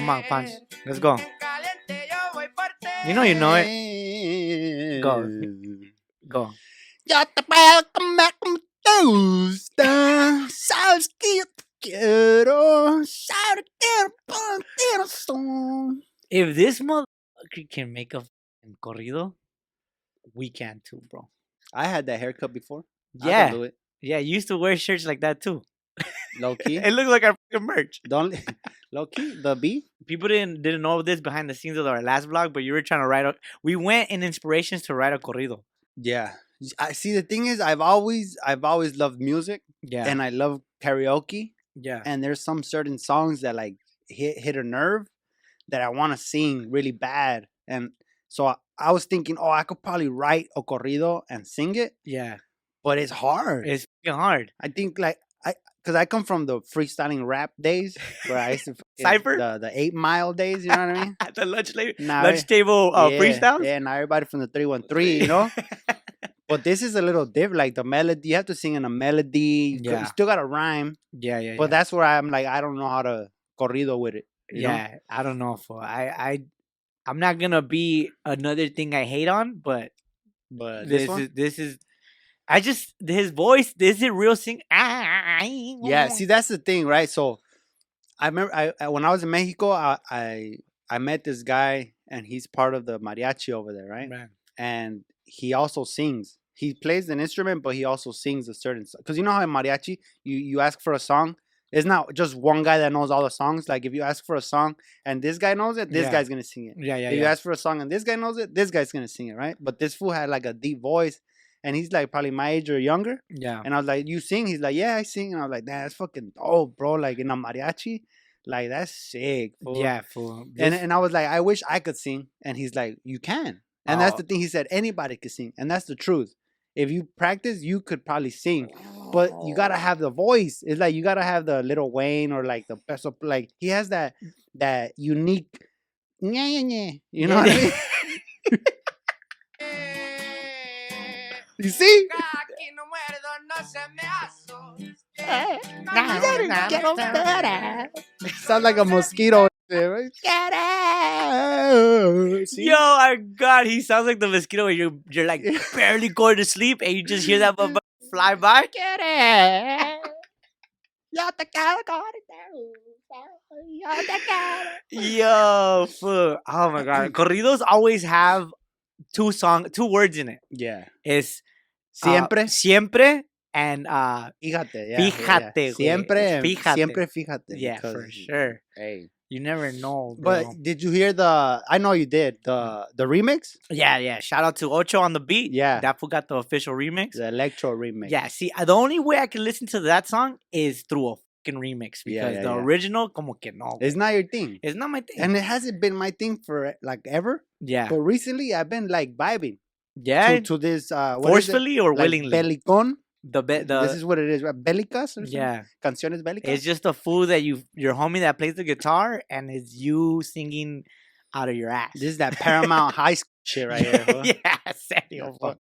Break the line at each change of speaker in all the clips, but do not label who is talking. man fans. Let's go. You know, you know it. Go. Go.
Yo te puedo comer como te gusta. Sabes que yo te quiero. Sabes que yo te quiero.
If this motherfucker can make a fucking corrido, we can too, bro.
I had that haircut before. I can
Yeah.
do it.
Yeah, you used to wear shirts like that too.
Low key.
It looked like our fucking merch.
Don't low key. The B.
People didn't didn't know this behind the scenes of our last vlog, but you were trying to write a we went in inspirations to write a corrido.
Yeah. I see. The thing is, I've always, I've always loved music,
Yeah.
and I love karaoke.
yeah.
and there's some certain songs that like hit hit a nerve that I want to sing really bad. And so I, I was thinking, oh, I could probably write a corrido and sing it,
yeah.
but it's hard.
It's fucking hard.
I think like I because I come from the freestyling rap days where I used to fucking-
Cypher?
the, the eight mile days. You know what I mean?
At the lunch lady,
Nah,
lunch table uh,
yeah,
freestyles.
Yeah, now everybody from the three one three, you know. But this is a little different. Like the melody, you have to sing in a melody. Yeah.
Yeah.
You still got to rhyme,
Yeah, yeah.
but that's where I'm like, I don't know how to corrido with it. you know?
yeah. I don't know, fool. I, I, I'm not gonna be another thing I hate on, but
But
this, is this is. I just his voice. Is it real sing? "Ah,
yeah.
Yeah,
See, that's the thing, right? So, I remember I, I when I was in Mexico, I, I I met this guy, and he's part of the mariachi over there, right? And he also sings. He plays an instrument, but he also sings a certain. Because you know how in mariachi, you you ask for a song. It's not just one guy that knows all the songs. Like if you ask for a song and this guy knows it, this
Yeah.
guy's gonna sing it.
yeah, yeah,
if you
yeah.
ask for a song and this guy knows it, this guy's gonna sing it, right? But this fool had like a deep voice, and he's like probably my age or younger.
yeah.
And I was like, "You sing?" He's like, "Yeah, I sing." And I was like, "Damn, that's fucking dope, bro! Like in a mariachi, like that's sick." fool."
Yeah, fool.
And
This-
and I was like, "I wish I could sing." And he's like, "You can." And that's
Oh.
the thing. He said anybody could sing, and that's the truth. If you practice, you could probably sing, but you gotta
Oh.
have the voice. It's like you gotta have the little Wayne or like the peso. Like he has that that unique. Yeah, yeah, yeah. You know what I mean? You see? Sounds like a mosquito. right? Get out. See?
Yo, our God, he sounds like the mosquito where you're you're like barely going to sleep and you just hear that motherfucker fly by. Yo, fool. Oh my God, corridos always have two song, two words in it.
Yeah.
It's uh,
Siempre.
siempre, and uh,
Fíjate, yeah.
Fíjate,
yeah.
güey.
Siempre,
Fíjate.
siempre fíjate.
yeah, for
because,
sure.
hey.
You never know, bro.
But did you hear the? I know you did the the remix,
yeah, yeah. Shout out to Ocho on the beat.
Yeah.
that fool got the official remix.
the electro remix.
Yeah, see, uh, the only way I can listen to that song is through a fucking remix because
Yeah, yeah,
the
yeah.
original, como que no. It's,
it's not your thing,
it's not my thing.
and it hasn't been my thing for like ever.
yeah,
But recently, I've been like vibing
yeah,
to, to this. Uh, what is it?
forcefully or
Like,
willingly.
Belicón.
the be- the
this is what it is. Right? Bélicas. Or something?
yeah,
Canciones bélicas.
it's just a fool that you your homie that plays the guitar and it's you singing out of your ass.
this is that Paramount High School shit right here. huh?
yeah, serio.
The
fool.
fuck-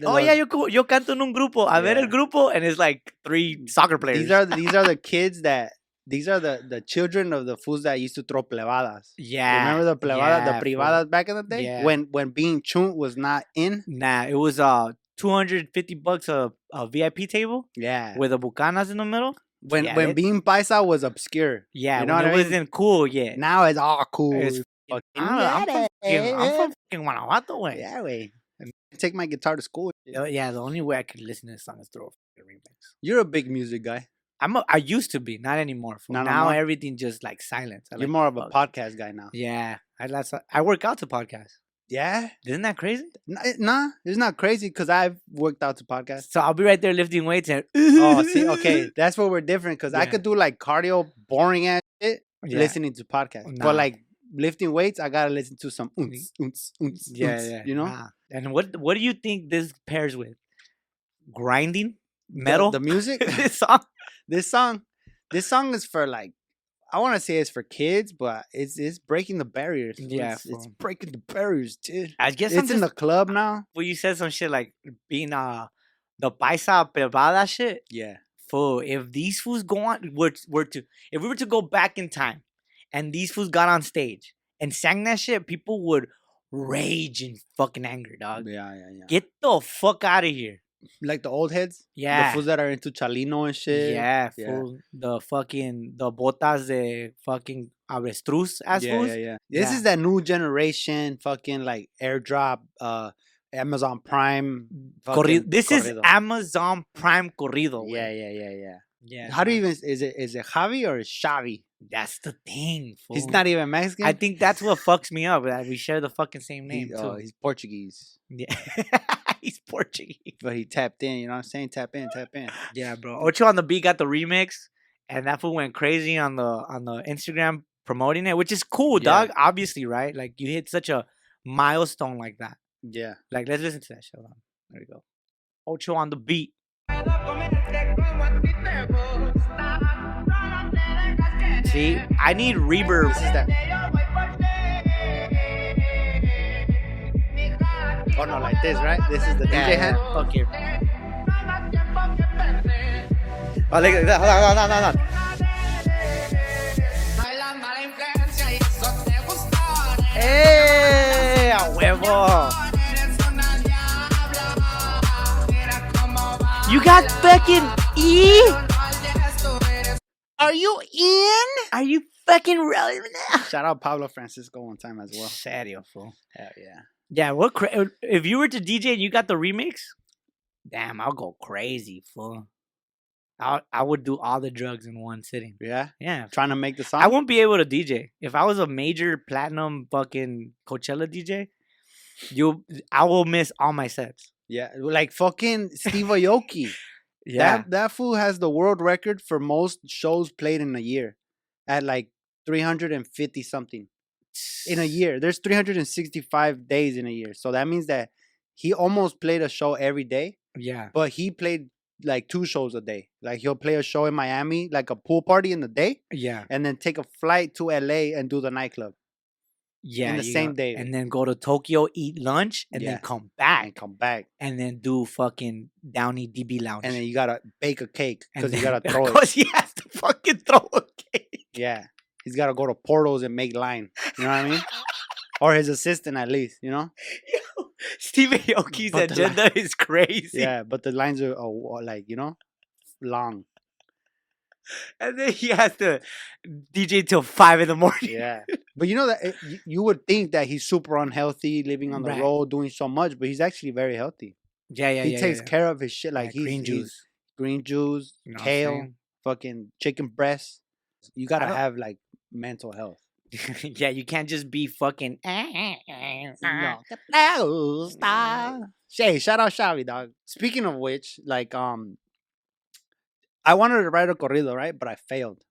the-
Oh yeah, yo, cu- yo canto en un grupo. A ver el
Yeah.
grupo, and it's like three soccer players.
These are these are the kids that these are the the children of the fools that used to throw plebadas.
yeah.
Remember the plebada,
yeah,
the
fool.
privadas back in the day
Yeah.
when when being chun was not in.
Nah, it was uh 250 bucks a, a VIP table.
Yeah,
with the bucanas in the middle.
when
yeah,
when
it-
being paisa was obscure.
Yeah,
know
when
what
it
I mean?
wasn't cool yet.
Now it's all cool.
It's
fucking
I don't know, I'm, from fucking, I'm from
yeah,
fucking Guanajuato, way. Yeah.
yeah, way. I Take my guitar to school.
yeah, the only way I could listen to this song is through a fucking remix.
You're a big music guy.
I'm a, I used to be, not anymore. fool.
Not no
now
more?
everything just like silence. I
You're
like-
more of a
fuck.
podcast guy now.
yeah, I last I work out to podcasts.
Yeah,
Isn't that crazy?
N- it- nah, it's not crazy because I've worked out to podcasts.
So I'll be right there lifting weights and
Oh, see, okay, that's where we're different because I
Yeah.
could do like cardio, boring ass shit,
Yeah.
listening to podcasts.
Nah. Mm-hmm.
But like lifting weights, I gotta listen to some oons, oons, oons,
Yeah,
oons,
yeah,
you know
nah. And what what do you think this pairs with? Grinding
The-
metal.
The, music,
this song.
this song, this song is for like, I want to say it's for kids, but it's it's breaking the barriers. fool.
Yeah,
it's, it's
fool.
breaking the barriers, dude.
I guess
it's
I'm
in
just uh,
the club now.
well, you said some shit like being uh the paisa privada shit.
Yeah,
Fool, if these fools go on were were to if we were to go back in time and these fools got on stage and sang that shit, people would rage in fucking anger, dog.
yeah, yeah, yeah.
Get the fuck out of here.
like the old heads, the
Yeah.
fools that are into Chalino and shit.
Yeah,
yeah.
fool. The fucking the botas de fucking avestruz ass
yeah,
fools.
yeah, yeah. This
Yeah.
is that new generation, fucking like airdrop, uh, Amazon Prime.
Corri-
fucking
this is
corrido.
Amazon Prime corrido. güey.
Yeah, yeah, yeah, yeah.
yeah.
How do you
dog.
even is it is it Javi or is Xavi?
That's the thing. Fool.
He's not even Mexican.
I think that's what fucks me up. That we share the fucking same
He-
name
oh,
too.
he's Portuguese,
yeah. he's Portuguese.
but he tapped in. You know what I'm saying? Tap in, tap in.
Yeah, bro. Ocho on the beat got the remix, and that fool went crazy on the on the Instagram promoting it, which is cool,
Yeah.
dog. Obviously, right? Like you hit such a milestone like that.
Yeah.
Like let's listen to that. shit. Hold on. There we go. Ocho on the beat.
See, I need reverb.
This
is that-
Oh no, like this, right? This is the
Yeah,
DJ hand.
yeah.
Fuck you.
Oh, like that. Hold on, hold on, hold on.
Hey, a huevo. You got fucking E? Are you in? Are you fucking really now?
Shout out Pablo Francisco one time as well.
Serio, fool.
Hell yeah.
Yeah, what? Cra- uh, if you were to DJ and you got the remix, damn, I'll go crazy, fool. I I would do all the drugs in one sitting.
Yeah.
Yeah,
Trying to make the song.
I won't be able to DJ. If I was a major platinum fucking Coachella DJ, you I will miss all my sets.
Yeah, like fucking Steve Aoki. That that fool has the world record for most shows played in a year, at like 350 something in a year. There's 365 days in a year, so that means that he almost played a show every day,
yeah,
but he played like two shows a day. Like he'll play a show in Miami, like a pool party in the day,
yeah,
and then take a flight to LA and do the nightclub
yeah.
the
you
same
know,
day.
and then go to Tokyo, eat lunch, and
Yeah.
then come back,
and come back,
and then do fucking Downey DB lounge,
and then you gotta bake a cake
And
because you
then-
gotta throw it.
Because he has to fucking throw a cake.
Yeah. He's got to go to portals and make line. You know what I mean? or his assistant, at least, you know?
Steve Aoki's
But the la-
agenda is crazy.
Yeah, but the lines are, are wa- like, you know, long.
And then he has to DJ till five in the morning.
Yeah. but you know that it, y- you would think that he's super unhealthy, living on the
Right.
road, doing so much, but he's actually very healthy.
Yeah, yeah,
he
yeah,
takes
yeah.
care of his shit. Like,
Yeah,
he's,
green
he's-
juice.
green juice,
You know what I'm
kale,
saying?
fucking chicken breast. You got to
don't-
have, like, mental health.
yeah, you can't just be fucking.
No. Hey, shout out Xavi, dog. Speaking of which, like, um, I wanted to write a corrido, right? But I failed.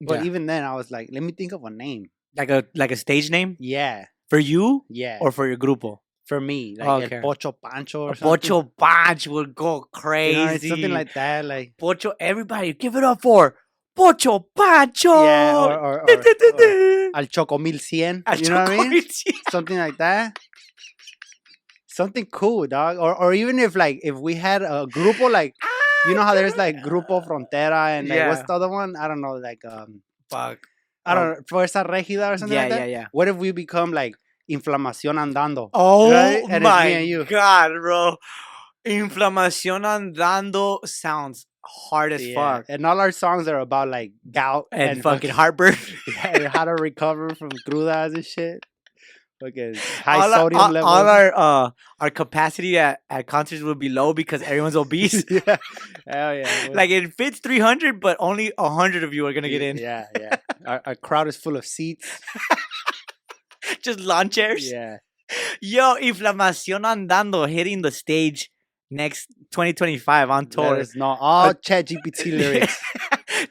But
Yeah.
even then, I was like, let me think of a name.
Like a like a stage name
Yeah,
for you
yeah.
or for your grupo.
for me, like El
Okay.
Pocho Pancho or something.
Pocho Punch would go
you
crazy.
know, it's something like that, like
Pocho. Everybody, give it up for Pocho Pancho.
yeah, or, or, or, or Al Choco Mil Cien. You know what I mean? something like that. Something cool, dog. Or or even if like if we had a grupo like you know how there's like grupo frontera and like, what's
Yeah.
the other one? I don't know, like um
Fuck.
I
Um,
don't know, fuerza regida or something
yeah,
like that.
yeah, yeah.
What if we become like inflamación andando?
Oh
Right? And it's me and
my
you.
god, bro. Inflamación andando sounds hard as
Yeah.
fuck.
And all our songs are about like gout
And, fucking heartburn.
and how to recover from crudas and shit. Fucking high
all,
sodium
our, all,
levels.
all our uh our capacity at, at concerts will be low because everyone's obese.
yeah. Hell yeah.
like it fits 300 but only 100 of you are going to get in.
Yeah, yeah. Our, our crowd is full of seats.
Just lawn chairs.
Yeah.
Yo, Inflamación andando hitting the stage next 2025 on
That
tour.
is not all chat GPT lyrics.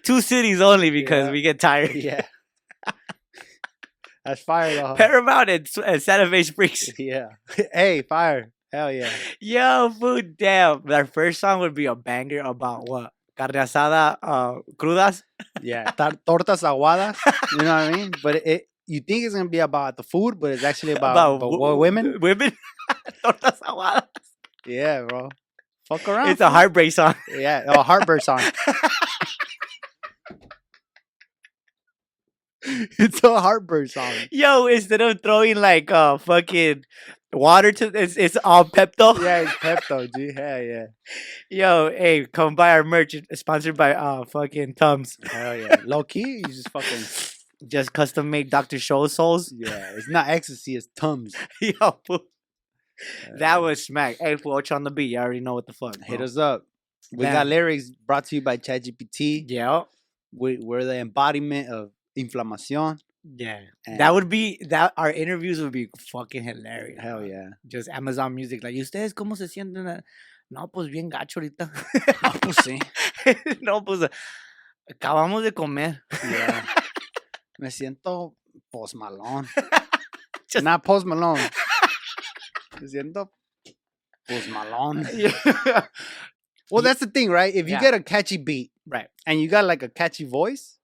Two cities only because
Yeah.
we get tired.
yeah. That's fire though.
Paramount and, S- and Santa Fe Springs.
yeah. hey, fire. Hell yeah.
Yo, food damn. Our first song would be a banger about what? Carne asada, uh, crudas.
Yeah. Tar- tortas aguadas. You know what I mean? But it, you think it's gonna be about the food, but it's actually about, the
wo-
wo- women.
Women. Tortas aguadas.
Yeah, bro. Fuck around. Oh,
It's a heartbreak song.
yeah, a heartburn song. it's a heartburn song.
Yo, instead of throwing like uh fucking water to it's it's all Pepto.
Yeah, it's Pepto, G. Hell yeah.
Yo, hey, come buy our merch. It's sponsored by uh fucking Tums.
Hell yeah. Low key, you just fucking.
Just custom made Dr. Show Souls.
Yeah, it's not ecstasy, it's tums. Uh,
Yo, fool. that was Oh. smack. Hey, fool, Ocho on the beat. You already know what the fuck.
Hit
bro.
us up. We
Yeah.
got lyrics brought to you by ChatGPT.
Yeah.
We, we're the embodiment of inflammation.
Yeah.
and-
That would be that our interviews would be fucking hilarious.
Hell
bro.
yeah.
Just Amazon Music. Like, ¿y ustedes cómo se sienten? a-" No, pues bien gacho ahorita.
Ah.
no, pues acabamos de comer.
Yeah. Me siento post Malone.
Just-
Not post Malone. Me siento post Malone. Well, that's the thing, right? If you
Yeah.
get a catchy beat,
Right.
and you got like a catchy voice,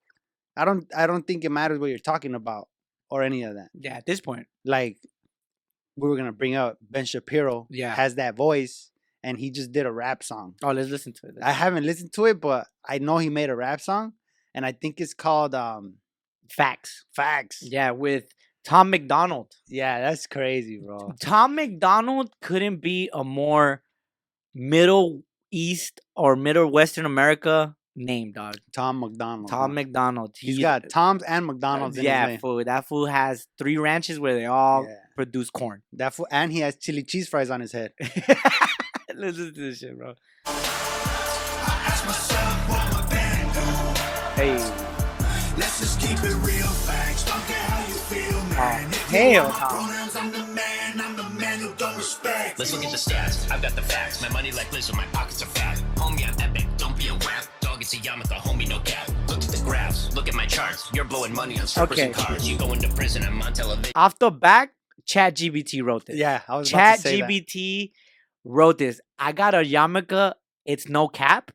I don't, I don't think it matters what you're talking about or any of that.
Yeah, at this point.
Like we were gonna bring up Ben Shapiro.
Yeah.
has that voice, and he just did a rap song.
Oh, let's listen to it.
I haven't listened to it, but I know he made a rap song, and I think it's called um,
Facts.
"Facts." Yeah.
Yeah, with Tom McDonald.
that's crazy, bro.
Tom McDonald couldn't be a more Middle East or Middle Western America name, dog.
Tom McDonald.
Tom
huh?
McDonald.
Uh-huh. He's got Tom's and McDonald's in
yeah,
his name.
fool. That fool has three ranches where they all
Yeah.
produce corn.
That fool, and he has chili cheese fries on his head.
Listen to this shit, bro. Hey. Let's just keep it real facts. Hell, no.
Let's look at the stats. I've got the facts. My money like Lizzo, my pockets are fat. Homie, I'm epic. Don't be a wap. Dog, it's a yarmulke. Homie, no cap. Look at the graphs. Look at my charts. You're blowing money on strippers and
Okay.
cars. You go into prison. I'm on television.
off the back, Chat GBT wrote this.
Yeah, I was about
Chat
to say that.
GBT wrote this. I got a yarmulke. It's no cap.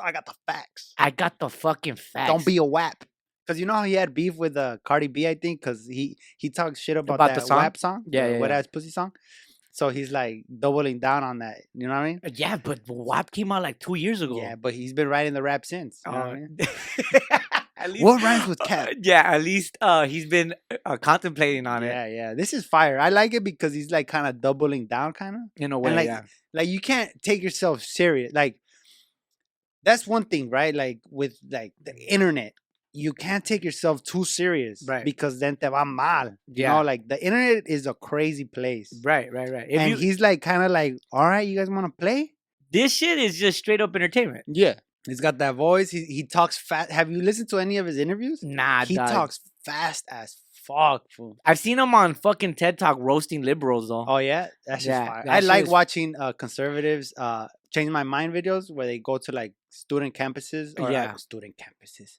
I got the facts.
I got the fucking facts.
Don't be a WAP. Cause you know how he had beef with uh, Cardi B, I think, cause he he talks shit about,
About the
that
song?
WAP song,
Yeah, yeah,
wet
yeah.
ass pussy song. So he's like doubling down on that. You know what I mean?
Yeah, but WAP came out like two years ago.
Yeah, but he's been writing the rap since. you know what, I
Uh,
mean?
at least,
What rhymes with cap?
Uh, yeah, at least uh, he's been uh, contemplating on
Yeah, yeah. This is fire. I like it because he's like kind of doubling down, kind of.
it in a way.
like,
yeah.
like you can't take yourself serious like that's one thing right like with like the internet you can't take yourself too serious
Right.
because then te va mal you
Yeah.
know like the internet is a crazy place
Right, right, right. If
and
you,
he's like kind of like all right you guys want to play
this shit is just straight up entertainment.
yeah he's got that voice he, he talks fast have you listened to any of his interviews
Nah,
he
dog.
talks fast as fuck fool.
I've seen him on fucking TED Talk roasting liberals though.
oh yeah that's just
Yeah,
fire
that
i
shit
like
is-
watching uh conservatives uh change my mind videos where they go to like student campuses or yeah.
Yeah.
like, student campuses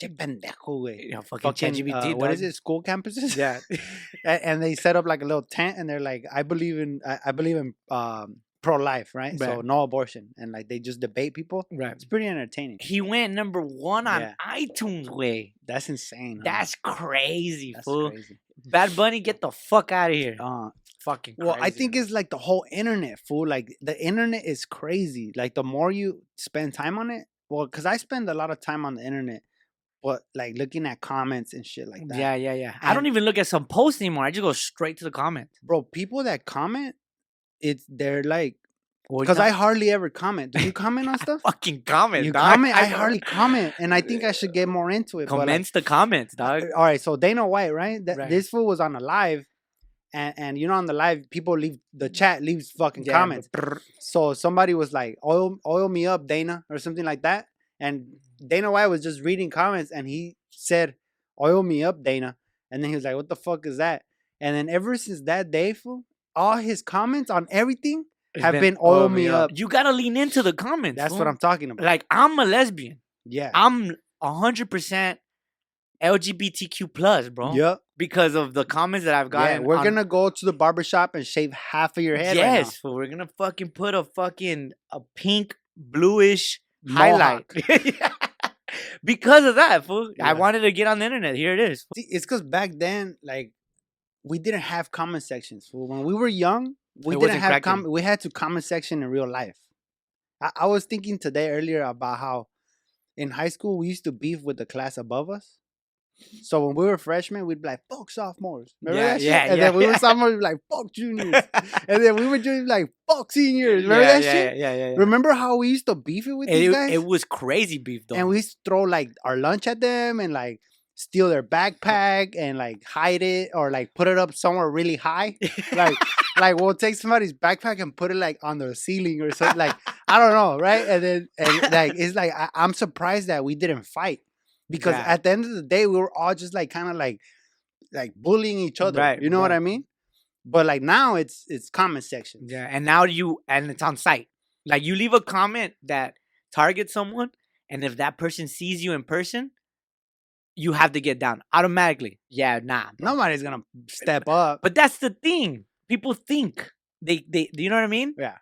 Che pendejo, güey.
Yeah, fucking,
Fucking,
ChatGPT.
uh, what is
dog.
it? School campuses?
Yeah.
A- and, they set up like a little tent, and they're like, "I believe in, I, I believe in um, pro life, right? So
Right.
no abortion." And like they just debate people.
right.
It's pretty entertaining.
He went number one on
Yeah.
iTunes way.
That's insane. huh?
That's crazy,
That's
fool.
crazy.
Bad Bunny, get the fuck out of here.
Uh,
fucking
Well, I
crazy,
think
man.
it's like the whole internet, fool. Like the internet is crazy. Like the more you spend time on it, well, because I spend a lot of time on the internet, but like looking at comments and shit like that.
Yeah, yeah, yeah. I don't
And-
even look at some posts anymore. I just go straight to the comment.
bro, people that comment, it's they're like,
Well,
because
not
I hardly ever comment. Do you comment on stuff?
fucking comment.
You
dog.
comment. I
go-
hardly comment, and I think I should get more into it. but, like, eh,
commence the comments, dog.
all right, so Dana White, right? That
Right.
this fool was on a live, and and you know on the live, people leave the chat leaves fucking
Mm. Yeah,
comments. So somebody was like, "Oil, oil me up, Dana," or something like that. And Dana White was just reading comments, and he said, "Oil me up, Dana." And then he was like, "What the fuck is that?" And then ever since that day, fool, all his comments on everything
It's
have been oil me up.
You gotta lean into the comments.
That's what
fool.
I'm talking about.
like. I'm a lesbian.
Yeah.
I'm hundred percent LGBTQ plus, bro.
Yep.
Because of the comments that I've
Yeah,
gotten.
we're
Oh, on-
gonna go to the barbershop and shave half of your head. right now.
Yes, fool, we're gonna fucking put a fucking a pink bluish
Mohawk.
highlight. because of that, fool.
Yeah.
I wanted to get on the internet. Here it is.
See, it's because back then, like, we didn't have comment sections. Well, When we were young, we
It
didn't
wasn't
have com-
cracking.
we had to comment section in real life. I, I was thinking today earlier about how in high school we used to beef with the class above us. So when we were freshmen, we'd be like, "Fuck sophomores," remember
Yeah,
that shit?
yeah,
and
yeah,
then we were
yeah.
sophomores, we'd be like, "Fuck juniors," and then we were juniors, like, "Fuck seniors." Remember
yeah,
that
yeah,
shit?
Yeah, yeah, yeah.
Remember how we used to beef it with
And
these
it,
guys?
it was crazy beef though.
and we used to throw like our lunch at them and like steal their backpack and like hide it or like put it up somewhere really high. Like like we'll take somebody's backpack and put it like on the ceiling or something. Like I don't know, right? And then and like it's like I, I'm surprised that we didn't fight. Because
Yeah.
at the end of the day we were all just like kind of like like bullying each other.
Right,
you know what
right.
I mean? But like now it's it's comment section.
yeah, and now you and it's on site. Like you leave a comment that targets someone, and if that person sees you in person, you have to get down automatically. Yeah, nah. bro.
Nobody's gonna step up.
But that's the thing. People think they they do you know what I mean?
Yeah.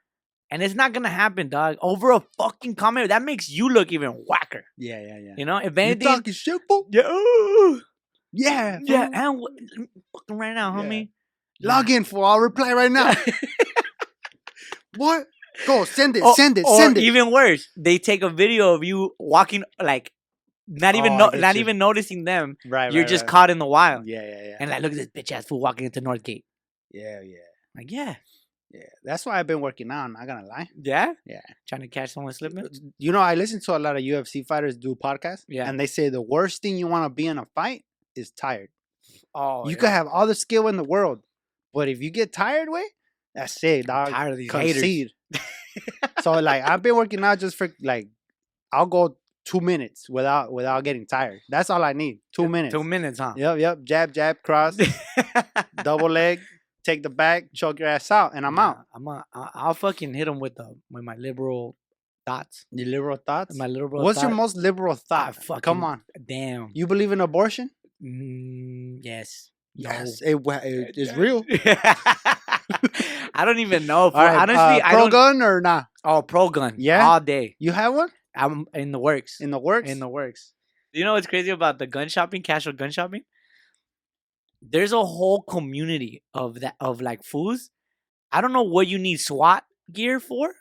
And it's not gonna happen, dog. Over a fucking comment that makes you look even whacker.
yeah, yeah, yeah.
You know, if
You
anything,
talking shit, fool?
yeah,
Yeah.
yeah,
fool.
and wh- l- fucking right now,
Yeah.
homie.
Log in for I'll reply right now. what? Go send it,
Or-
send it,
Oh, or
send it.
Even worse, they take a video of you walking, like not even
Oh, I
no,
get
not
you.
even noticing them.
right,
You're just caught in the wild,
Yeah, yeah, yeah,
and like, look at this bitch ass fool walking into Northgate.
yeah, yeah,
Like, yeah,
yeah. That's why I've been working out. I'm not gonna lie.
yeah,
Yeah.
trying to catch someone slipping.
You know, I listen to a lot of UFC fighters do podcasts.
Yeah.
and they say the worst thing you want to be in a fight is tired.
Oh,
you
yeah.
could have all the skill in the world, but if you get tired, way that's it,
I'm
dog.
tired of these haters.
concede. so like I've been working out just for like I'll go two minutes without without getting tired. That's all I need. Two minutes.
Two minutes, huh?
Yep, yep. Jab, jab, cross, double leg, take the back, choke your ass out, and I'm
Nah,
out.
I'm out. I- I'll fucking hit him with the with my liberal thoughts.
Your liberal thoughts?
My liberal.
What's your
thought-
most liberal
I
thought? Come
fucking-
on.
Damn.
You believe in abortion?
Mm, yes. No.
it, wa- it- it's real.
I don't even know. fool.
All right,
Honestly,
uh,
I
pro
don't.
gun or nah?
Oh, pro gun.
Yeah?
all day.
You have one
I'm in the works.
in the works.
In the works. You know what's crazy about the gun shopping, casual gun shopping? There's a whole community of that of like fools. I don't know what you need SWAT gear for,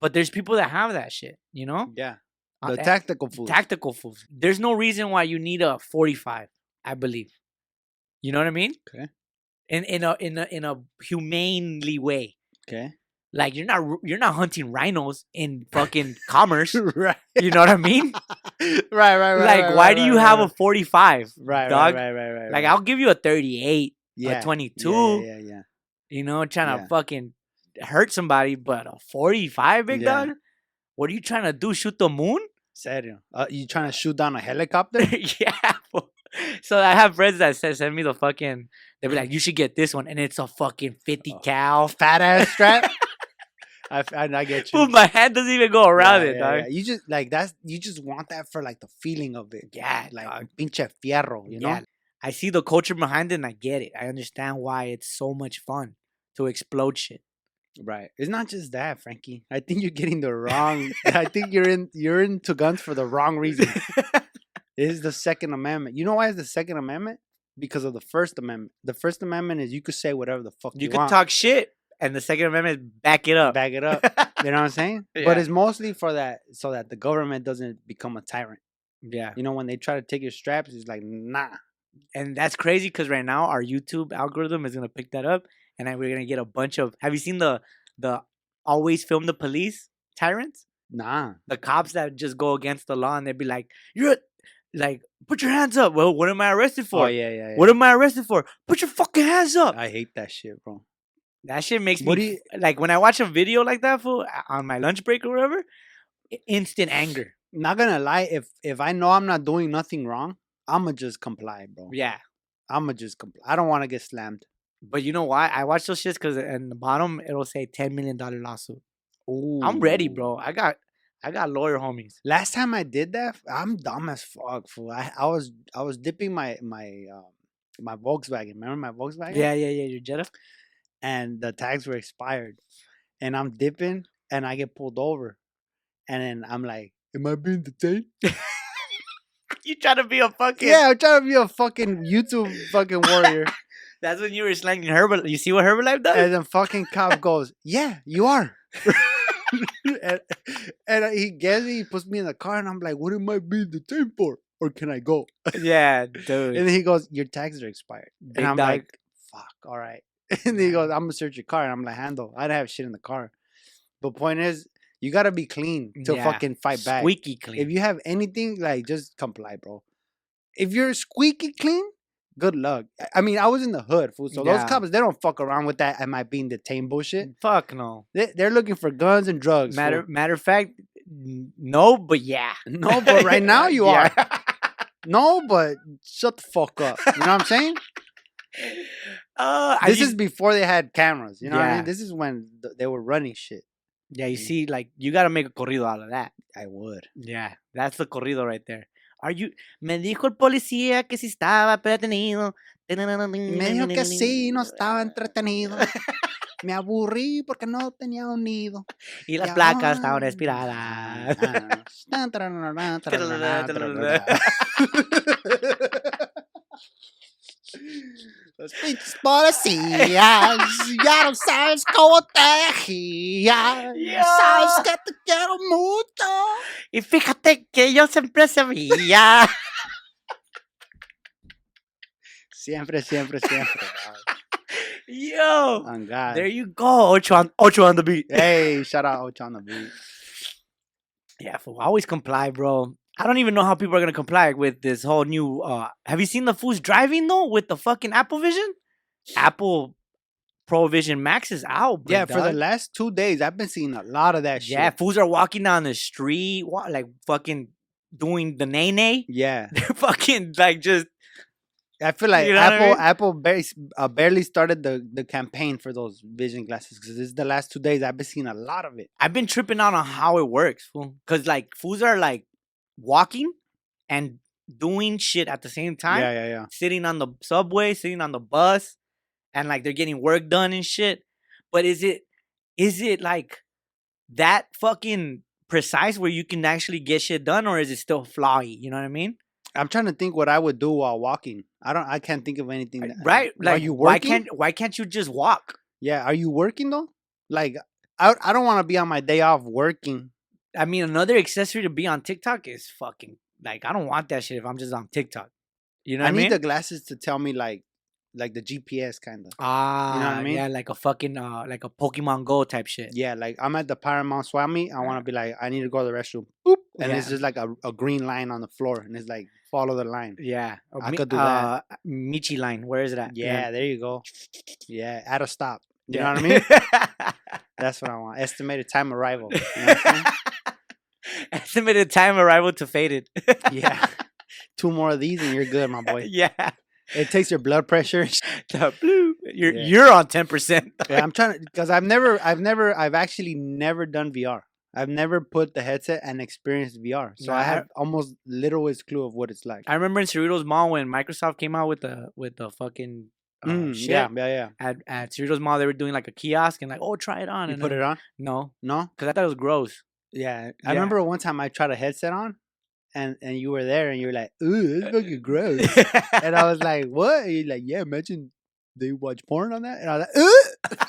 but there's people that have that shit. You know,
yeah,
Uh,
the
eh,
tactical food.
tactical fools. There's no reason why you need a 45. I believe. You know what I mean?
Okay.
In in a in a in a humanely way.
okay,
Like you're not ru- you're not hunting rhinos in fucking commerce.
right,
You know what I mean?
right, right, right.
like
right,
why
right,
do you
right,
have a
right.
45
right,
dog?
Right, right, right, right.
like
right.
i'll give you a 38
yeah.
a
yeah,
22
Yeah, yeah, yeah.
you know trying to
Yeah.
fucking hurt somebody but a 45 big
Yeah.
dog what are you trying to do shoot the moon
Serio? Uh, you trying to shoot down a helicopter?
yeah fool. so i have friends that said send me the fucking they be like you should get this one and it's a fucking 50
Oh.
cal
Fat ass strap. I, f- I, I get you.
Fool, my hand doesn't even go around
Yeah,
it
yeah,
dog.
yeah. You just like that's you just want that for like the feeling of it.
Yeah,
like
dog.
pinche fierro, you know.
Yeah, I see the culture behind it and I get it. I understand why it's so much fun to explode shit.
Right. It's not just that, Frankie. I think you're getting the wrong. I think you're in you're into guns for the wrong reason. it is the Second Amendment. You know why it's the Second Amendment? Because of the First Amendment. The First Amendment is you could say whatever the fuck you,
You, can
want.
talk shit and the Second Amendment is back it up.
back it up. You know what I'm saying?
Yeah.
But it's mostly for that so that the government doesn't become a tyrant.
yeah.
You know, when they try to take your straps, it's like nah.
and that's crazy because right now our YouTube algorithm is gonna pick that up, and I, we're gonna get a bunch of. Have you seen the the always film the police tyrants,
Nah.
the cops that just go against the law, and they'd be like, "You're a- like, put your hands up." Well, what am I arrested for?
Oh yeah, yeah. yeah.
What am I arrested for? Put your fucking hands up.
I hate that shit, bro.
that shit makes
What do
me
you?
f- like when I watch a video like that for on my lunch break or whatever. i- Instant anger.
Not gonna lie, if if I know I'm not doing nothing wrong, I'ma just comply, bro.
Yeah.
I'ma just comply. I don't want to get slammed.
But you know why? I watch those shits because in the bottom it'll say ten million dollar lawsuit.
Ooh.
I'm ready, bro. I got I got lawyer homies.
Last time I did that, f- I'm dumb as fuck. Fool. I, I was I was dipping my my um, my Volkswagen. Remember my Volkswagen?
Yeah, yeah, yeah. Your Jetta.
And the tags were expired, and I'm dipping, and I get pulled over, and then I'm like, "Am I being detained?"
You try to be a fucking
Yeah, I'm trying to be a fucking YouTube fucking warrior,
That's when you were slanging Herbal. You see what Herbalife does?
and then fucking cop goes, "Yeah, you are." and, and he gets me, he puts me in the car, and I'm like, what am I being detained for? Or can I go?
yeah, dude.
Uh, And he goes, your tags are expired.
Big
and I'm
dog.
like, fuck, all right. And he goes, I'm gonna search your car. And I'm like, handle. I do not have shit in the car. But point is, you gotta be clean to
Yeah.
fucking fight back.
squeaky clean.
If you have anything, like just comply, bro. If you're squeaky clean, good luck. I- I mean, I was in the hood, fool. So
Yeah.
those cops, they don't fuck around with that. Am I being detained bullshit?
Fuck no.
They, they're looking for guns and drugs. fool.
Matter matter of fact, n- no, but yeah.
No, but right now you
Yeah.
are. No, but shut the fuck up. You know what I'm saying?
Uh, I
this
just-
is before they had cameras. You know what I
Yeah.
mean? This is when th- they were running shit.
yeah. You see, like you got to make a corrido out of that.
I would.
Yeah, that's the corrido right there. Are you? Me dijo el policía que si estaba entretenido.
Me dijo que sí, no estaba entretenido. Me aburrí porque no tenía un nido.
Y
Y
las placas
ahora-
estaban respiradas.
Ah, tararara, tararara, tararara. Los pinches policías ya no sabes cómo te dejía.
Ya.
Sabes que te quiero mucho.
Y fíjate que yo siempre sabía.
Siempre, siempre, siempre.
Yo,
On God.
there you go. Ocho on, ocho on the beat.
hey, shout out Ocho on the beat.
Yeah, fool. Always comply, bro. I don't even know how people are gonna comply with this whole new. uh Have you seen the fools driving though with the fucking Apple Vision? Apple Pro Vision Max is out.
Yeah, for the
dog.
last two days, I've been seeing a lot of that
yeah,
shit.
fools are walking down the street, wa- like fucking doing the nay nay.
Yeah,
They're fucking like just
I feel like
You know what I
Apple
mean?
Apple barely, uh, barely started the, the campaign for those vision glasses because it's the last two days I've been seeing a lot of it.
I've been tripping out on how it works, fool. Cause like fools are like walking and doing shit at the same time.
Yeah, yeah, yeah.
sitting on the subway, sitting on the bus, and like they're getting work done and shit. But is it is it like that fucking precise where you can actually get shit done, or is it still flawy? You know what I mean?
I'm trying to think what I would do while walking. I don't. I can't think of anything. that-
Right? Like,
are you working?
why can't why can't you just walk?
yeah. Are you working though? Like, I I don't want to be on my day off working.
I mean, another accessory to be on TikTok is fucking like I don't want that shit if I'm just on TikTok. You know
I,
what I
need
mean?
the glasses to tell me like, like the GPS kind of.
ah,
I mean?
yeah, like a fucking uh, like a Pokemon Go type shit.
Yeah, like I'm at the Paramount Swami. I want to be like, I need to go to the restroom. Boop, and it's
Yeah.
just like a, a green line on the floor, and it's like follow the line.
Yeah, or
I
Mi-
could do that.
uh, Michi line, where is it at?
Yeah, there you go. Yeah, at a stop. You
Yeah.
know what I mean? That's what I want. Estimated time arrival. you know what I'm saying?
Estimated time arrival to faded.
yeah, two more of these and you're good, my boy.
yeah.
It takes your blood pressure.
The blue. You're
Yeah.
you're on ten percent.
Yeah, I'm trying to because I've never, I've never, I've actually never done VR. I've never put the headset and experienced VR, so
Nah, I-
I have almost littlest clue of what it's like.
I remember in Cerritos Mall when Microsoft came out with the with the fucking uh,
Mm,
shit.
yeah, yeah, yeah.
At at Cerritos Mall they were doing like a kiosk and like oh try it on
You
and
put
I-
it on?
no
No.
because I thought it was gross.
Yeah,
Yeah.
I remember one time I tried a headset on, and and you were there, and you were like, "Ooh,
Uh,
that's fucking gross," and I was like, "What?" And you're like, "Yeah, imagine they watch porn on that," and I was like, "Ooh,"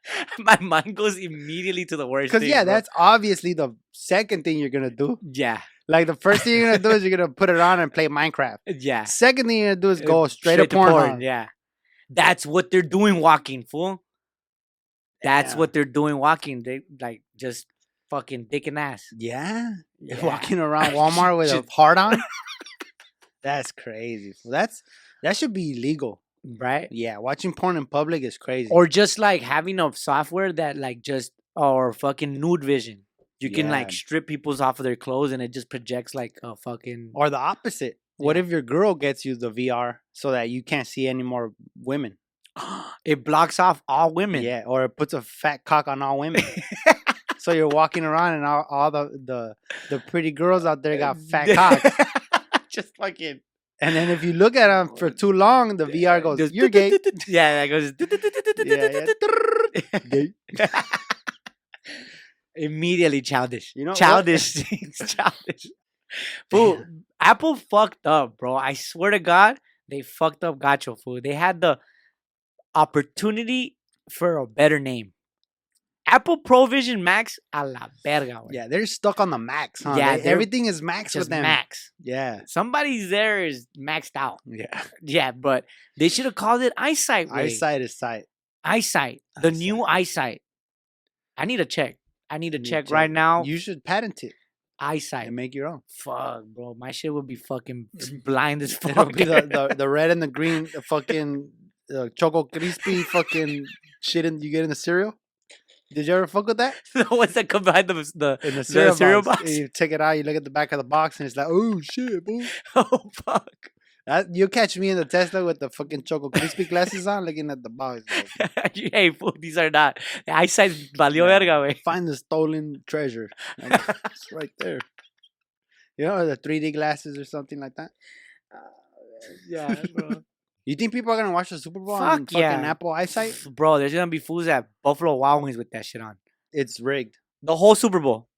My mind goes immediately to the worst.
because
thing,
yeah,
bro.
that's obviously the second thing you're gonna do.
yeah
Like the first thing you're gonna do is you're gonna put it on and play Minecraft.
yeah.
Second thing you're gonna do is
Uh,
go straight, to porn.
Yeah, that's what they're doing. Walking fool. That's
Yeah.
what they're doing. Walking. They like just fucking dick and ass.
Yeah,
Yeah.
walking around Walmart with a
Just-
heart on. That's crazy. That's that should be illegal.
right?
Yeah, watching porn in public is crazy.
Or just like having a software that like just or fucking nude vision. You can
Yeah.
like strip people's off of their clothes and it just projects like a fucking
Or the opposite. What if your girl gets you the VR so that you can't see any more women?
it blocks off all women.
Yeah, or it puts a fat cock on all women. so you're walking around and all, all the, the the pretty girls out there got fat
Uh,
cocks.
just fucking
And then if you look at them for too long, the VR goes,
Just
"You're gay."
Yeah, that goes
Yeah, Gay.
immediately childish.
You know what?
childish things, childish. Fool, Apple fucked up, bro. I swear to God, they fucked up Gacho. Fool, they had the opportunity for a better name. Apple Provision Max a la verga, güey.
Yeah, they're stuck on the max, huh?
Yeah,
They-
they're
everything is max
just
with them.
max.
Yeah,
Somebody's there is maxed out.
yeah.
Yeah, but they should have called it eyesight. Way.
Eyesight is sight.
eyesight. The new eyesight. I need a check. I need a
Need a
check right
check.
now.
You should patent it
eyesight.
and make your own.
Fuck, bro. My shit would be fucking blind as fuck.
It'll be the, the, the red and the green, the fucking uh, choco crispy fucking shit in, you get in the cereal. Did you ever fuck with that?
the ones that come behind the the
In the
cereal
cereal,
box.
box. You take it out, you look at the back of the box, and it's like, oh shit, boo.
oh fuck.
That, you catch me in the Tesla with the fucking choco crispy glasses on, looking at the box. like,
hey, fool, these are not eyesight valió
Yeah.
verga, güey.
find the stolen treasure. Like, it's right there. You know, the 3D glasses or something like that.
Uh, Yeah, bro.
You think people are gonna watch the Super Bowl
Fuck
on fucking
yeah.
Apple eyesight?
bro, there's gonna be fools at Buffalo Wild Wings with that shit on.
It's rigged.
The whole Super Bowl.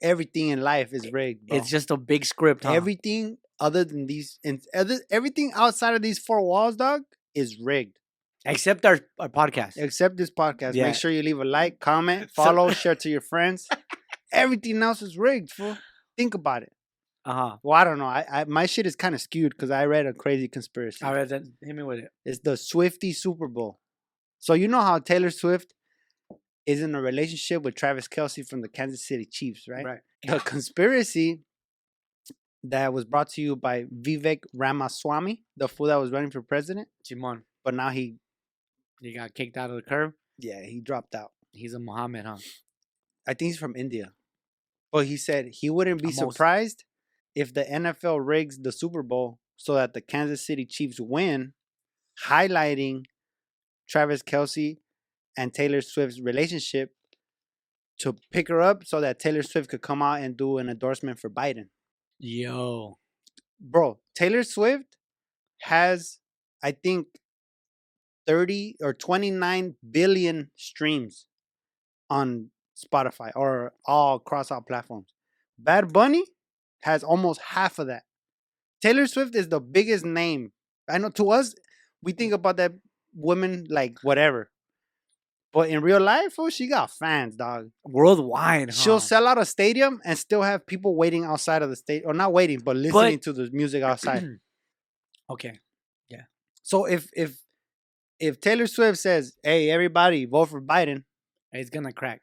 Everything in life is rigged. Bro.
It's just a big script. Huh?
everything other than these and other, everything outside of these four walls, dog, is rigged.
except our, our podcast.
Except this podcast.
Yeah.
Make sure you leave a like, comment,
So-
follow, share to your friends. everything else is rigged, fool. Think about it.
Uh huh.
Well, I don't know. I, I my shit is kind of skewed because I read a crazy conspiracy.
All right, then hit me with it.
It's the Swifty Super Bowl. So you know how Taylor Swift is in a relationship with Travis Kelsey from the Kansas City Chiefs, right?
Right.
The conspiracy that was brought to you by Vivek Ramaswamy, the fool that was running for president,
Simon,
but now he
you got kicked out of the curb.
yeah, he dropped out.
He's a Muhammad, huh?
I think he's from India. But he said he wouldn't be
Almost.
surprised if the NFL rigs the Super Bowl so that the Kansas City Chiefs win, highlighting Travis Kelsey and Taylor Swift's relationship to pick her up so that Taylor Swift could come out and do an endorsement for Biden.
Yo.
Bro, Taylor Swift has, I think, 30 or 29 billion streams on Spotify or all cross out platforms. Bad Bunny has almost half of that. Taylor Swift is the biggest name. I know to us, we think about that woman like whatever. But in real life, oh, she got fans, dog.
Worldwide, huh?
She'll sell out a stadium and still have people waiting outside of the state, or not waiting, but listening to the music outside.
okay.
So if if if Taylor Swift says, "Hey, everybody, vote for Biden,"
It's gonna crack.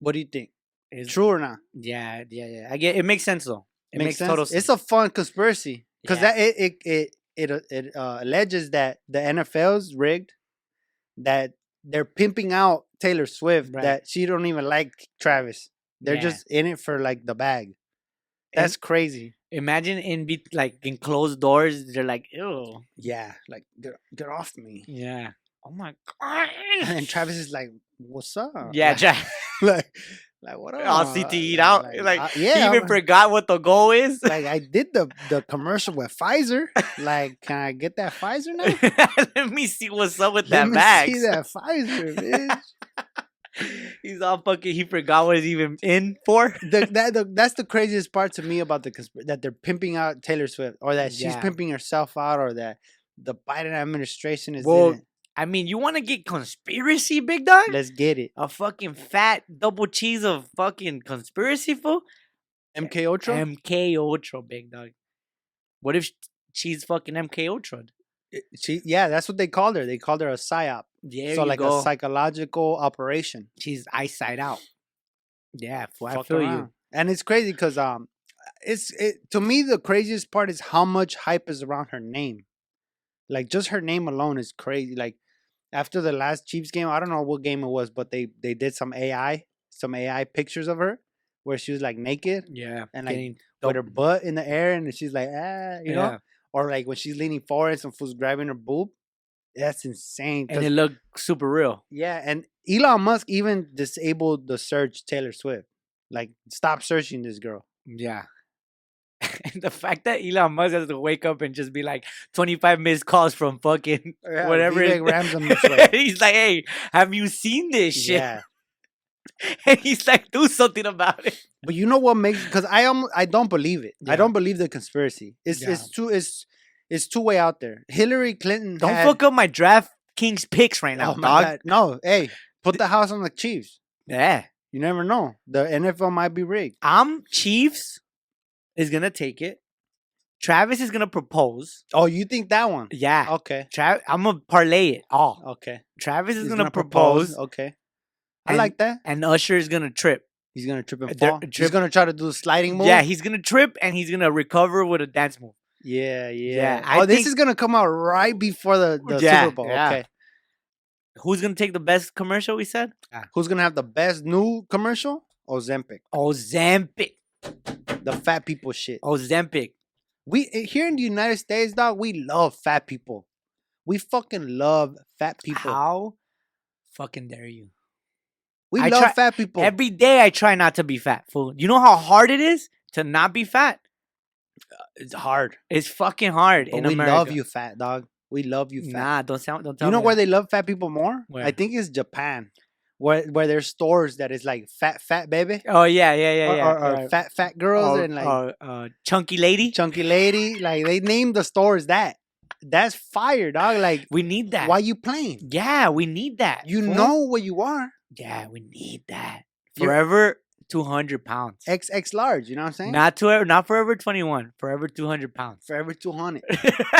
what do you think?
It's,
True or not?
Yeah, yeah, yeah. I get it makes sense though. It makes, total sense.
It's a fun conspiracy because
Yeah.
that it it it it, uh, it uh, alleges that the NFL's rigged, that they're pimping out Taylor Swift,
Right.
that she don't even like Travis. They're
Yeah.
just in it for like the bag. That's crazy.
Imagine in be- like in closed doors, they're like, ew.
Yeah, like get get off me.
Yeah. Oh my god.
And Travis is like, "What's up?"
yeah,
like,
Jack.
like, like, what up?
All CTE'd E out. Like,
I-
he
uh, yeah,
even
I'm-
forgot what the goal is.
like I did the the commercial with Pfizer. Like, can I get that Pfizer now?
Let me see what's up with
Let
that
me
bag.
See that Pfizer, bitch.
He's all fucking. He forgot what he's even in for.
the, that, the, that's the craziest part to me about the conspiracy that they're pimping out Taylor Swift, or that she's
Yeah.
pimping herself out, or that the Biden administration is. in
Well,
it.
I mean, you want to get conspiracy, big dog?
let's get it.
A fucking fat double cheese of fucking conspiracy fool.
MK Ultra.
MK Ultra, big dog. What if sh- she's fucking MK Ultra?
she, yeah, that's what they called her. They called her a psyop.
There
so
you
like
go.
a psychological operation.
she's eyesight out. Yeah, fool, I
fucked
feel you.
around. And it's crazy because um, it's it to me the craziest part is how much hype is around her name. Like just her name alone is crazy. Like after the last Chiefs game, I don't know what game it was, but they they did some AI some AI pictures of her where she was like naked
Yeah,
and like
getting
with her
dope.
butt in the air and she's like ah you know
Yeah.
or like when she's leaning forward and some fool's grabbing her boob. That's insane. 'cause-
and it looked super real.
yeah, and Elon Musk even disabled the search Taylor Swift. Like, stop searching this girl.
Yeah. And the fact that Elon Musk has to wake up and just be like 25 missed calls from fucking whatever.
Vivek
his-
Ramsam Swift.
he's like, hey, have you seen this shit?
Yeah,
And he's like, do something about it.
but you know what makes because I am I don't believe it.
Yeah.
I don't believe the conspiracy. It's
Yeah.
it's too it's it's too way out there. Hillary Clinton.
Don't
had-
fuck up my DraftKings picks right now,
Oh my
dog.
God. No, hey, Put the house on the Chiefs.
Yeah.
You never know. The NFL might be rigged.
I'm Chiefs is gonna take it. Travis is gonna propose.
Oh, you think that one?
Yeah.
Okay.
Tra- I'm gonna parlay it all.
Okay.
Travis is
He's
gonna, propose,
Okay. I
and-
like that.
and Usher is gonna trip.
He's gonna trip and
They're-
fall. He's
trip-
gonna try to do the sliding move.
Yeah, he's gonna trip and he's gonna recover with a dance move.
Yeah, yeah.
I
oh, this
think-
is gonna come out right before the, the
Yeah,
Super Bowl.
yeah.
Okay.
Who's gonna take the best commercial? We said
Who's gonna have the best new commercial? Ozempic,
Ozempic.
the fat people shit.
Ozempic.
We eh, here in the United States, dog. We love fat people. We fucking love fat people.
How fucking dare you?
We
I
love
try-
fat people.
Every day I try not to be fat, fool. You know how hard it is to not be fat?
Uh, it's hard,
It's fucking hard
but
in
we
America.
love you, fat dog. We love you, fat.
Nah, don't sound. Don't tell
you know
me
where
that.
they love fat people more? I
Where?
think it's Japan, where where there's stores that is like fat fat baby
Oh yeah, yeah, yeah,
or,
yeah.
or- or
right.
fat fat girls
Or-
and like
or, uh, chunky lady.
chunky lady. Like they named the stores that. That's fire, dog. Like
we need that.
why you playing?
Yeah, we need that.
You
fool.
know what you are.
Yeah, we need that.
You're-
Forever two hundred pounds.
XX large. You know what I'm saying?
Not to not forever twenty one. Forever two hundred pounds.
Forever 200.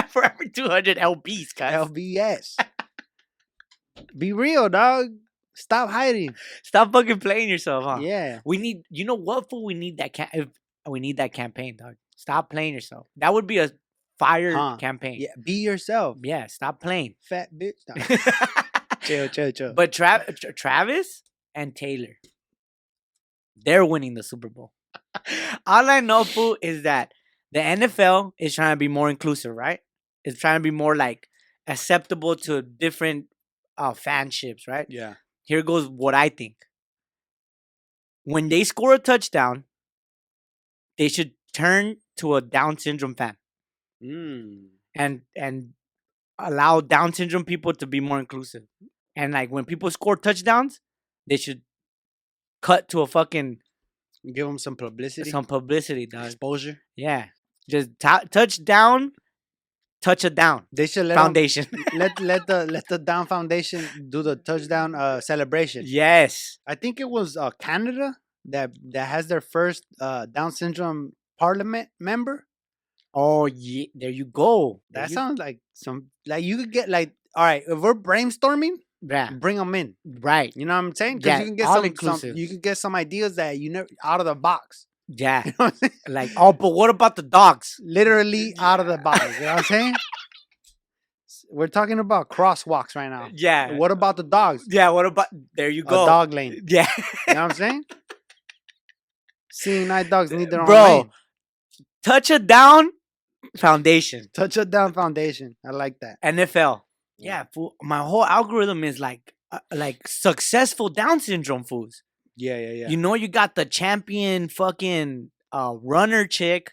forever two hundred lbs, guys.
LBS. Be real, dog. Stop hiding.
Stop fucking playing yourself, huh?
Yeah.
We need. You know what? Fool, we need that. Ca- if, we need that campaign, dog. Stop playing yourself. That would be a fire
Huh.
campaign.
Yeah. Be yourself.
Yeah, Stop playing.
Fat bitch. No, chill, chill, chill.
But Tra- Tra- Travis and Taylor, they're winning the Super Bowl. All I know, fool, is that the NFL is trying to be more inclusive, right? It's trying to be more like acceptable to different uh, fanships, right?
yeah.
Here goes what I think. When they score a touchdown, they should turn to a Down syndrome fan
Mm.
and and allow Down syndrome people to be more inclusive. And like when people score touchdowns, they should cut to a fucking
Give them some publicity.
some publicity, dog.
exposure.
Yeah, just tou- touchdown, touch a down
They should let 'em-
foundation.
let let the let the down foundation do the touchdown uh celebration.
yes,
I think it was uh Canada that that has their first uh Down syndrome parliament member.
oh yeah, there you go. There
That
you-
sounds like some like you could get like all right if we're brainstorming,
yeah,
bring them in.
right.
You know what I'm saying? 'Cause
Yeah,
you can get
all
some, some
inclusive.
you can get some ideas that you never out of the box.
Yeah,
You know what I'm saying?
like oh, but what about the dogs?
Literally out of the box. You know what I'm saying? S- We're talking about crosswalks right now.
Yeah,
What about the dogs?
Yeah, what about there you
A
go?
dog lane.
Yeah,
You know what I'm saying? Seeing night dogs need their own
Bro.
lane.
touch a down foundation.
Touch it down foundation. I like that.
NFL.
Yeah.
Yeah, fool. My whole algorithm is like uh, like successful Down syndrome fools.
Yeah, yeah, yeah.
You know, you got the champion fucking uh, runner chick.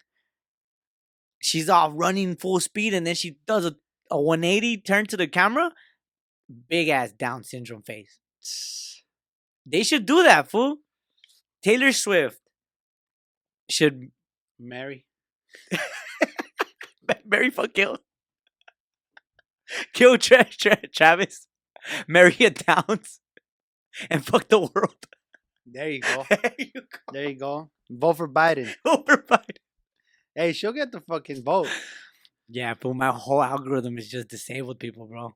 She's off running full speed, and then she does a, a 180 turn to the camera. Big ass Down syndrome face. They should do that, fool. Taylor Swift should
Mary.
marry fuck kill. Kill Tra- Tra- Travis, marry a Downs, and fuck the world.
There you
Oh.
go.
you
There you go. Vote for Biden.
go provide.
Hey, she'll get the fucking vote.
Yeah, but my whole algorithm is just disabled people, bro. And I'm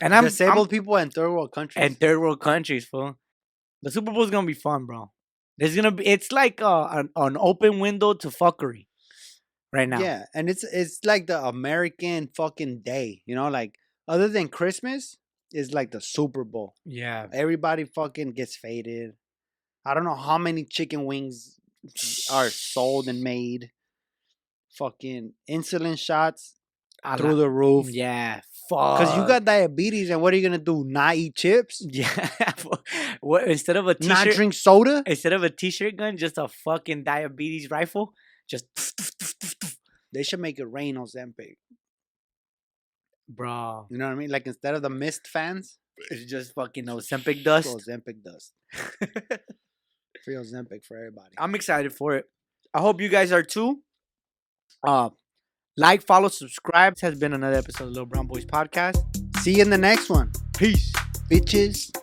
And
I'm-
disabled people in third world countries.
and third world countries, fool. The Super Bowl is gonna be fun, bro. There's gonna be it's like uh, an, an open window to fuckery right now.
Yeah, and it's it's like the American fucking day. You know, like other than Christmas, it's like the Super Bowl.
yeah.
Everybody fucking gets faded. I don't know how many chicken wings are sold and made. Fucking insulin shots
A
through
lot-
the roof.
yeah, fuck.
Cause you got diabetes, and what are you gonna do? Not eat chips?
yeah. fool. what instead of a
Not
t-shirt,
drink soda?
instead of a t-shirt gun, just a fucking diabetes rifle. Just,
They should make it rain on Zempic.
bro,
You know what I mean? Like instead of the mist fans,
it's just fucking Ozempic
throw
dust.
Zempic dust. Free Zempic for everybody.
I'm excited for it. I hope you guys are too. Uh, like, follow, subscribe. This has been another episode of Little Brown Boys Podcast.
See you in the next one.
Peace.
Bitches.